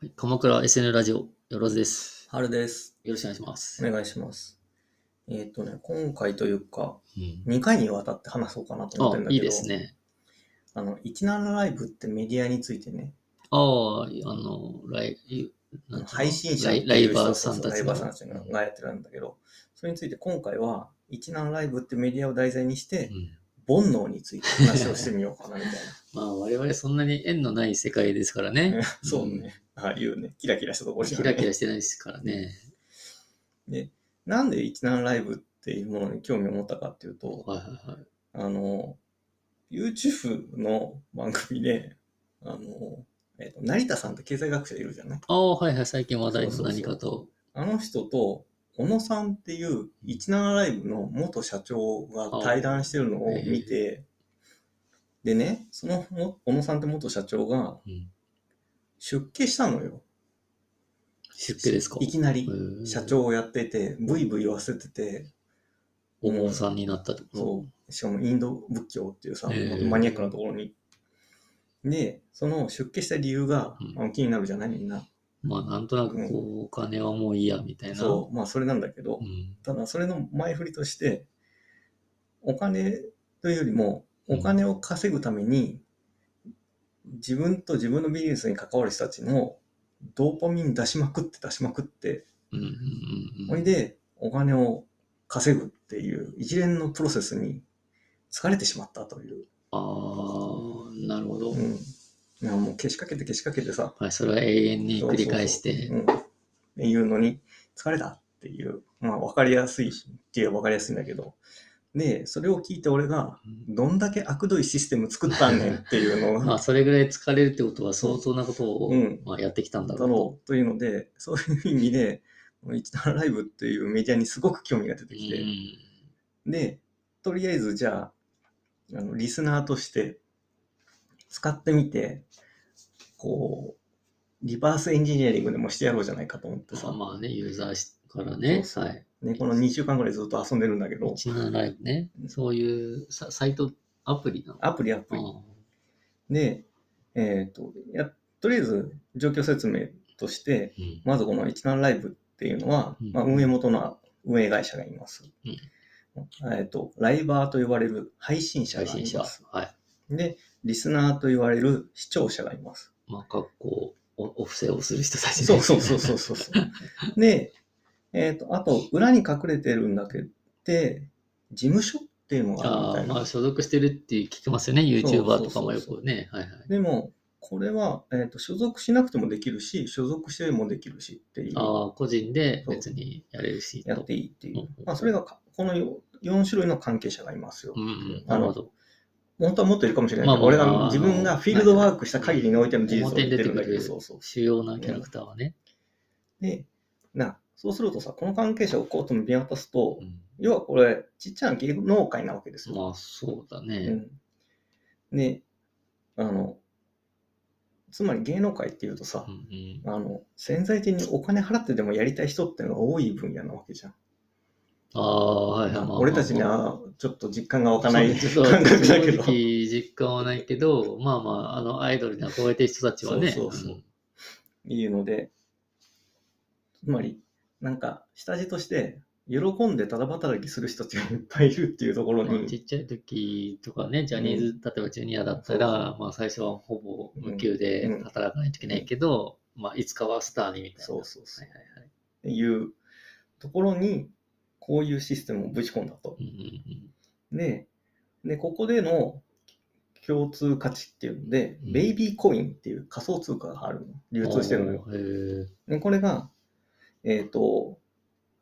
はい鎌倉 SN ラジオ、よろずです。春です。よろしくお願いしまおす。願いします。えっ、とね、今回というか、うん2回にわたって話そうかなと思ってるんあ、だけど、いいですね。あの、17ライブってメディアについてね、ああ、あの、ライ、なんていうの配信者ラってイいうライ人バーさんたそうそうラちイバーさんたちが。がやってるんだけど、それについて今回は、17ライブってメディアを題材にしてう、ん煩悩について話をしてみようかなみたいまな。あ、我々そんなに縁のない世界ですから ね。 そうね。あ、言うね。キラキラしたところじゃキないラキラしてないですからね。なんで17ライブっていうものに興味を持ったかっていうと、はいはいはい。あの、YouTube の番組で、あの、えっと、成田さんって経済学者いるじゃないああ、はいはい、最近話題の何かと。あの人と、小野さんっていう17ライブの元社長が対談してるのを見て、でね、そのも小野さんって元社長がうん出家したのよ。出家ですかいきなり。へえ社長をやってて、ブイブイ言わせてて、お坊さんになったってことそう。しかもインド仏教っていうさ、ええマニアックなところに。で、その出家した理由が、うんあの気になるじゃないみんな。まあ、なんとなくこう、お金はもういいや、みたいな。そう、まあそれなんだけど、うん。ただそれの前振りとして、お金というよりも、お金を稼ぐために、自分と自分のビジネスに関わる人たちのドーパミン出しまくって出しまくって、うんうんうんそうんれでお金を稼ぐっていう一連のプロセスに疲れてしまったという。ああ、なるほどう。ん。いやもうけしかけてけしかけてさ、はい、それは永遠に繰り返してう。ん。っていうのに、疲れたっていう、まあ分かりやすいっていう分かりやすいんだけど、で、それを聞いて俺が、どんだけ悪どいシステム作ったんねんっていう のまが、あ、それぐらい疲れるってことは相当なことを、うんまあ、やってきたんだだろうと。ろうというので、そういう意味で、一段ライブっていうメディアにすごく興味が出てきて、で、とりあえずじゃあ、あのリスナーとして使ってみて、こう、リバースエンジニアリングでもしてやろうじゃないかと思ってうさん、まあね、ユーザーからね、そはい。ね、この2週間ぐらいずっと遊んでるんだけど、 17ライブね、そういうさサイト、アプリなのアプリアプリ。うで、えっ、と、や、とりあえず状況説明として、んまずこの17ライブっていうのは、うんまあ、運営元の運営会社がいます。うんえっ、と、ライバーと呼ばれる配信者配がい信者ま。す。はい。で、リスナーと言われる視聴者がいます。まあ、格好、おお布施をする人たちねそうそうそうそうそうそう。で、えっ、と、あと、裏に隠れてるんだけど、事務所っていうのがあ ああるみたいまな。あ、所属してるって聞きますよね、YouTuber とかもそうそうそようそうくね。はいはい。でも、これは、えっ、と、所属しなくてもできるし、所属してもできるしっていう、ああ、個人で別にやれるし、やっとていいっていうんう。まあ、それがか、この4種類の関係者がいますよう。んうん、なるほど。本当はもっといるかもしれないけまど、あまあ俺まあまがあ自分がフィールドワークした限りにおいての事実を表言にっ出ててるんくだけるど、そうそう。主要なキャラクターはね。で、な、そうするとさ、この関係者をこうと見渡すと、うん要はこれ、ちっちゃな芸能界なわけですよ。まあ、そうだうね。んで、あの、つまり芸能界っていうとさう、んうんあの、潜在的にお金払ってでもやりたい人っていうのが多い分野なわけじゃん。ああ、はいはい。まあ俺たちにまあはちょっと実感が湧かないそうちょっと感覚だ正けど。直実感はないけど、まあまあ、あの、アイドルに憧れてる人たちはね、そうそうそうんいうので、つまり、なんか、下地として、喜んでただ働きする人っていうのがいっぱいいるっていうところまあちに、っちゃい時とかね、ジャニーズ、例えばジュニアだったら、まあ最初はほぼ無給でうん働かないといけないけど、まあいつかはスターにみたいな。そうそうそうはいはいはい。っていうところに、こういうシステムをぶち込んだと。うんうんで、で、ここでの共通価値っていうので、うんベイビーコインっていう仮想通貨があるの。流通してるのよ。うん。へえで、これが、えっ、と、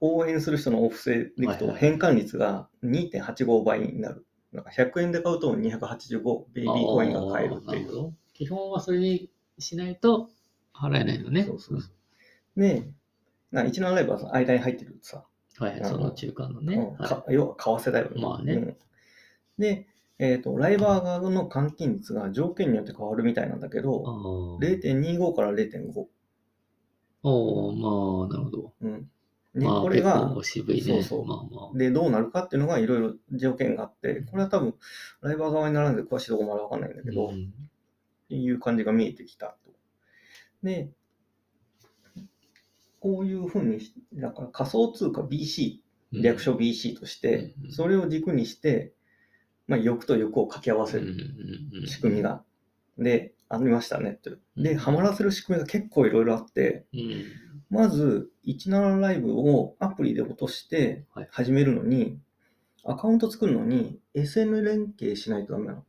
応援する人のお布施でいくはいと、はい変換率が2.85倍になる。なんか100円で買うと285ベイビーコインが買えるっていあーなう。ほど基本はそれにしないと払えないのね。そうそうそう。で、な17ライブはさ間に入ってるとさ、うんはいはい、その中間のね。うんはいか要は為替だよね。まあねうんで、えっ、と、ライバー側の換金率が条件によって変わるみたいなんだけど、あー0.25から0.5。おおまあ、なるほど。うん。ね、まあこれ結が構渋いね。そうそうまあまあ。でどうなるかっていうのがいろいろ条件があってこれは多分ライバー側にならないで詳しいところまで分かんないんだけど、うっんていう感じが見えてきたと。でこういうふうにしだから仮想通貨 BC 略称 BC として、うんそれを軸にして、まあ、欲と欲を掛け合わせうんうるんうん仕組みが、でありましたねと。うんでハマらせる仕組みが結構いろいろあってうんまず17ライブをアプリで落としてはい始めるのに、アカウント作るのに SN 連携しないとダメなの。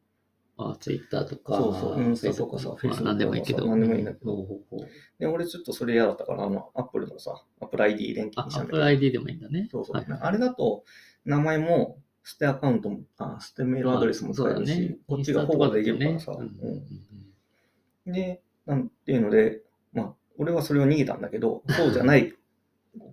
まあ、ツイッターとか、そうそうインスタとかさ Facebook とか Facebook まあ何でもいいけど。何でもいいんだけどほうほうほうで、俺ちょっとそれ嫌だったから、あの、アップルのさ、アップル ID 連携あ、にしたんだけ Apple ど。 ID でもいいんだね。そうそう、はいはいあれだと、名前も、捨てアカウントも、あ捨てメールアドレスも使えるし、そうだねこっちが保護できるからさ、インスタとだとねうんうんうんで、なんていうので、まあ、俺はそれを逃げたんだけど、そうじゃない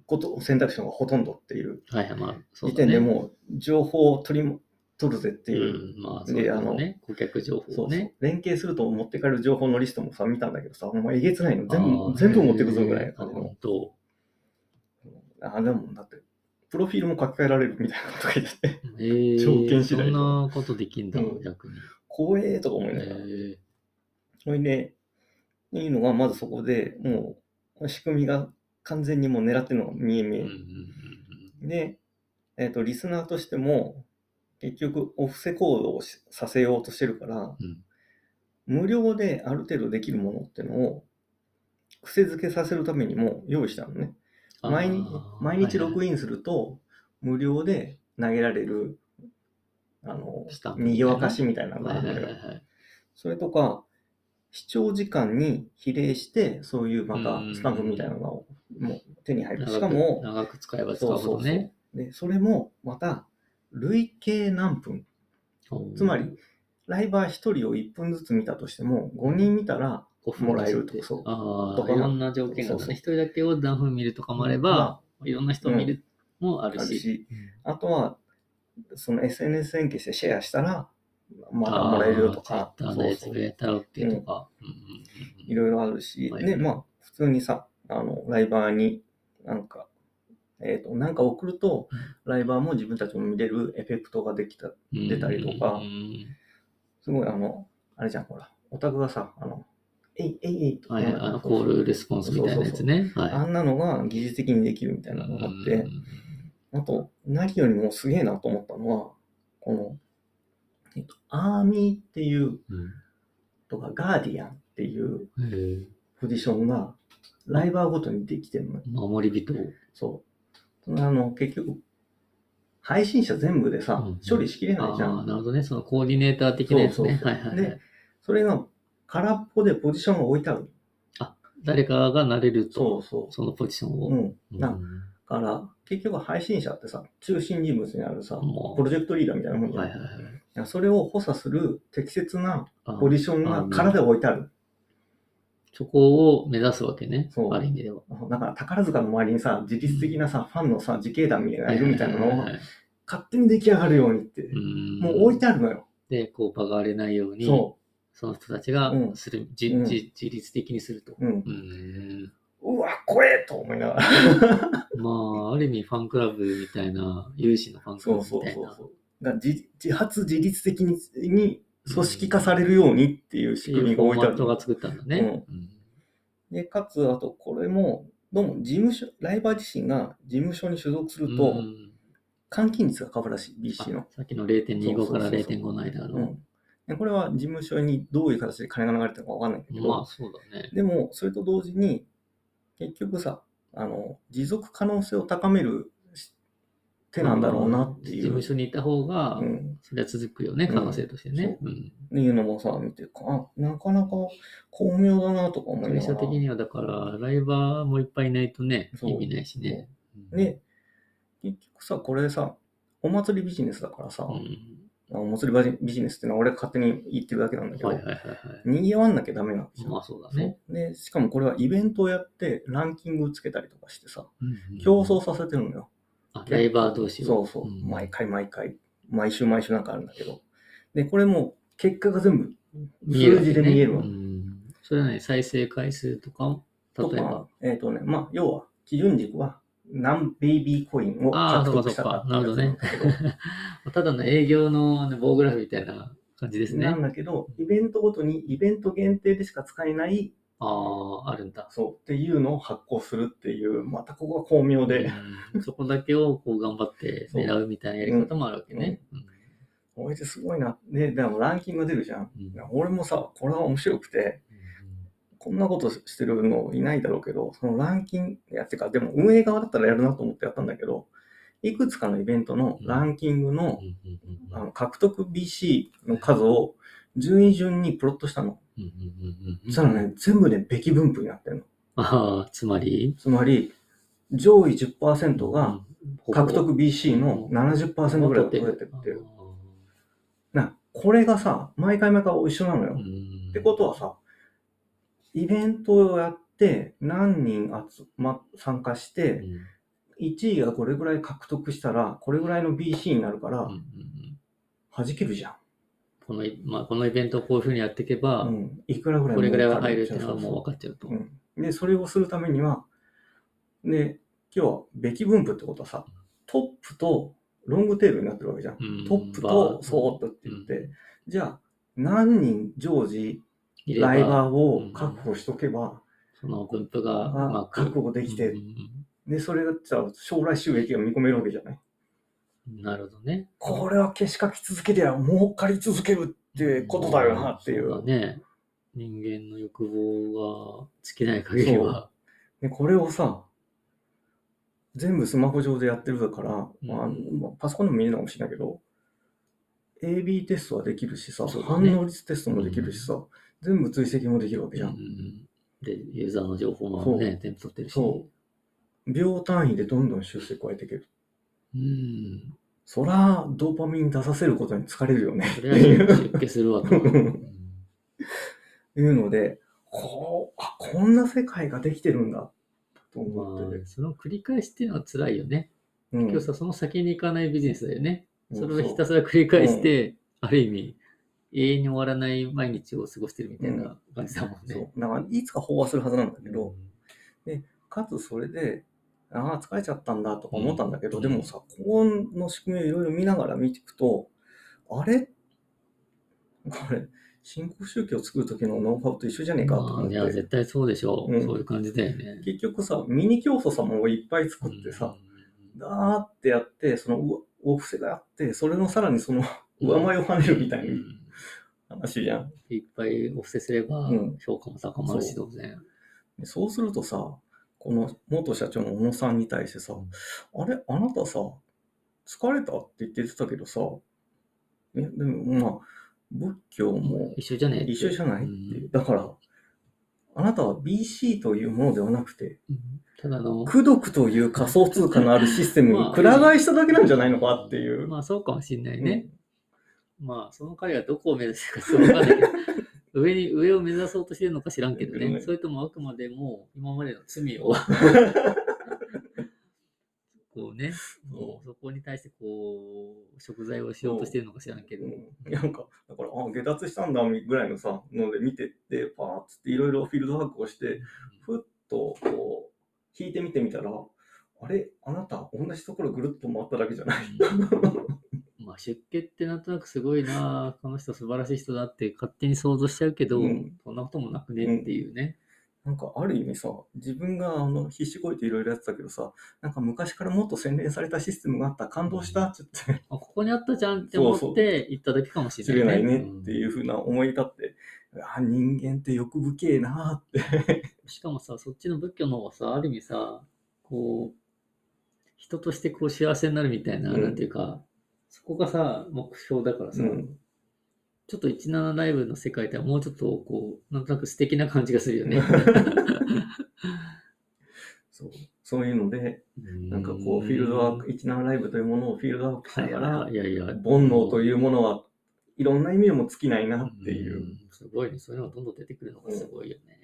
こと、選択肢の方がほとんどっていううんはいはい、まあ、そう時だね。点でもう、情報を取りも、取るぜっていう。うん、まあ、そうだね。顧客情そ報うそうね。連携すると持ってかれる情報のリストもさ、見たんだけどさ、もうえげつないの。全あー部、全部持ってくぞぐらいのあ感じの。本当。あ、でも、だって、プロフィールも書き換えられるみたいなこと書いてあって、 えー、条件次そ第んなことできんだ、うん逆に。光栄とか思いえながら。ーそれで、いいのが、まずそこでもう、仕組みが完全にもう狙ってるのが見え見うえ。んうんで、えっ、と、リスナーとしても、結局、お布施行動をしさせようとしてるから、うん無料である程度できるものってのを、癖づけさせるためにも用意したのね。うん毎日毎日ロ録グ音インすると、無料で投げられる、あのスタン、プみたいなにぎわかしみたいなのはがあいはるのいはいはよ。い。それとか、視聴時間に比例して、そういうまうんたスタンプみたいなのがもう手に入長る。くしかも、長く使えば使うほどね。で、それもまた、累計何分。つまり、ライバー1人を1分ずつ見たとしても、5人見たら、もらえるとかそうあとあ、かいろんな条件があるそうそうね。一人だけを何分見るとかもあれば、いろんな人見るもああるるし。し、あとは、その SNS 連携してシェアしたら、またもらえるよとか、ツイッターそでうつそぶうやいたら OK とか。うんうんうんいろいろあるし、はいで、まあ、普通にさ、あの、ライバーに、なんか、えっ、と、なんか送ると、ライバーも自分たちも見れるエフェクトができた。出たりとかうんすごい、あの、あれじゃん、ほら、オタクがさ、あの、えいえいえいとはい、あのそうそコうールレスポンスみたいなやつね。はい。あんなのが技術的にできるみたいなのがあって、うんうんうんあと、何よりもすげえなと思ったのは、この、えっと、アーミーっていう、とか、ガーディアンっていううんへえポジションが、ライバーごとにできてるのよ。守り人を。そう。あの、結局、配信者全部でさ、うんうん処理しきれないじゃああ、なるん。ほどね。そのコーディネーター的なやつね。そうそうそうはいはいはいで。それが、空っぽでポジションが置いてある。誰かがなれると、うそそのポジションう。うを。ん。なうんから、結局配信者ってさ、中心人物にあるさ、もうプロジェクトリーダーみたいなもんじゃんはいはいはいいやそれを補佐する適切なああポジションあがー空で置いてある。そこを目指すわけねそ。うある意味では。だから宝塚の周りにさ、自律的なさ、ファンのさ、自警団みたいなのがいるみたいなのをははは勝手に出来上がるようにって、もう置いたてあるのよ。で、こう、場が荒れないように、そその人たちがうんする、じうんじ自律的にすると。う。うんう。んうわ、怖えと思いながら。まあ、ある意味ファンクラブみたいな、有志のファンクラそブみうそうたいそうな。そう。だから自自発自律的にに組織化されるようにっていう仕組みが置いフてォーマッあるトの。が作ったんだね。うで、かつ、あとこれも、どうも事務所、ライバー自身が事務所に所属すうんるとう、ん換金率が変わるらしい、あ BC の。さっきの0.25からそうそうそう0.5の間うの。ん、でこれは事務所にどういう形で金が流れてるのかわかんないんだけど、まあ、そうだね。でもそれと同時に結局さあの持続可能性を高めるし手なんだろうなって事いう,、務所にいた方がう、ん、それは続くよね、うん可能性としてね。うんっていうのもさ見てあなかなか巧妙だなとか思い会なが社ら的には、だから、ライバーもいっぱいいないとね、そう意味ないしね。うんで結局さこれさお祭りビジネスだからさ、うんお祭りビジネスってのは俺が勝手に言ってるだけなんだけど、はいはいはいは逃げわんなきゃダメなんですい。よ、まあ、そうだね。でしかもこれはイベントをやってランキングつけたりとかしてさうん競争させてるのよ、あライバー同士を。そうそう、ん毎回毎回、毎週毎週なんかあるんだけど。で、これも結果が全部数字で見えるわ。ねうんそれはね、再生回数とか、と例えば。か、えっ、とね、まあ、要は、基準軸は何ベイビーコインをああ、獲そう得かしそたうかか。なるほどね。 ただの営業の、ね、棒グラフみたいな感じですね。なんだけど、イベントごとにイベント限定でしか使えない、ああ、あるんだ。そう、っていうのを発行するっていう、またここが巧妙で、うんそこだけをこう頑張って狙うみたいなやり方もあるわけね。これってすごいな。ね、でもランキング出るじゃん。うん俺もさ、これは面白くて、こんなことしてるのいないだろうけど、そのランキング、いや、てか、でも運営側だったらやるなと思ってやったんだけど、いくつかのイベントのランキングの,、うんうんうんうんあの獲得 BC の数を順位順にプロットしたの。うんうんうんうそんしたらね、全部ね、べき分布になってるの。ああ、つまり、つまり、上位10%が獲得 BC の70%ぐらいを取れてるっていう。な、これがさ、毎回毎回一緒なのよ。っってことはさ、イベントをやって、何人集ま、参加して、1位がこれぐらい獲得したら、これぐらいの BC になるから、弾けるじゃん。このいまあこのイベントをこういうふうにやっていけば、うん。いくらぐらいこれぐらいは入るっ儲てかいうのはそうそもうう分かっちゃうと。うん、で、それをするためには、で、今日は、べき分布ってことはさ、トップとロングテールになってるわけじゃん。うんトップバとーソーッとって言って、うじゃあ、何人常時、入ればライバーを確保しとけば、その分布があうまく確保できてうんうんで、それだったら将来収益が見込めるわけじゃない。うんなるほどね。これはけしかき続けては儲かり続けるってことだよなっていそうだ。ね。人間の欲望が尽きない限りは。でこれをさ、全部スマホ上でやってるから、んまあまあ、パソコンでも見えないかもしれないけど、AB テストはできるしさ、そうだ反ね応率テストもできるしさ、全部追跡もできるわけじゃん。うんうんで、ユーザーの情報もね、全部取ってるし。そう。秒単位でどんどん修正加えていける。うん。そら、ドーパミン出させることに疲れるよね。それは出家するわ と。うんいうので、こう、あ、こんな世界ができてるんだ、とま思っててあ、その繰り返しっていうのは辛いよね。うん今日さ、その先に行かないビジネスだよね。うんそれをひたすら繰り返して、ある意味、永遠に終わらない毎日を過ごしてるみたいな感じだもんそうね。だから、いつか飽和するはずなんだけど、うんかつそれで、ああ、疲れちゃったんだとか思ったんだけど、うんでもさ、この仕組みをいろいろ見ながら見ていくと、あれこれ、新興宗教を作る時のノウハウと一緒じゃねえかとま思あっいて、や、絶対そうでしょうう。んそういう感じだよね。結局さ、ミニ教祖様をいっぱい作ってさ、だーってやって、そのうわお布施があって、それのさらにそのうん上前を跳ねるみたいうんな話じゃん。いっぱいお布施すればうん評価も高まるし、そ当然。でそうするとさ、この元社長の小野さんに対してさ、あれ、あなたさ、疲れたって言ってたけどさ、えでもまあ、仏教も一緒じゃねえって一緒じゃないっていううんだから、あなたは BC というものではなくて、ただの、功徳という仮想通貨のあるシステムにまあくら替えしただけなんじゃないのかっていう。まあそうかもしんないね。まあその彼がどこを目指してるかそうわかんないけど、 上に上を目指そうとしてるのか知らんけどうんうね。んそれともあくまでも今までの罪 をこうね、もうそこに対してこう、贖罪をしようとしてるのか知らんけど。うんなんか、だから、あ、下脱したんだ、みぐらいのさ、ので見てって、パーッつっていろいろフィールドワークをして、ふっとこう、引いてみてみたら、あれ、あなた、同じところぐるっと回っただけじゃない。 まあ出家ってなんとなくすごいなあこの人素晴らしい人だって勝手に想像しちゃうけど、うんそんなこともなくねっていうね。なんか、ある意味さ、自分があの必死こいていろいろやってたけどさ、なんか昔からもっと洗練されたシステムがあった、感動したって 言って、あここにあったじゃんって思そっうそて行っただけかもし知れれなないいね。ねっていうふうな思い立って、あ、人間って欲深えなーって。うんしかもさそっちの仏教の方はさある意味さこう人としてこう幸せになるみたいな、うんなんていうかそこがさ目標だからさ、うんちょっと17ライブの世界ではもうちょっとこうなんとなく素敵な感じがするよね。そうそういうので、なんかこう、フィールドワーク、一難ライブというものをフィールドワークしながら、いやいやいや煩悩というものはいろんな意味でも尽きないなっていう、っん。すごいね。そういうのがどんどん出てくるのがすごいよね。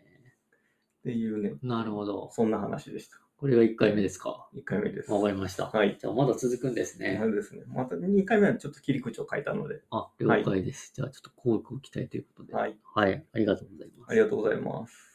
ていうね、なるほど。そんな話でした。これが1回目ですか。 1回目です。わかりました。はい。じゃあまだ続くんですねな。るですね。また2回目はちょっと切り口を変えたので、あ、了解です。じゃあちょっと広告を期待ということで。はい。はい。ありがとうございますあり。がとうございます。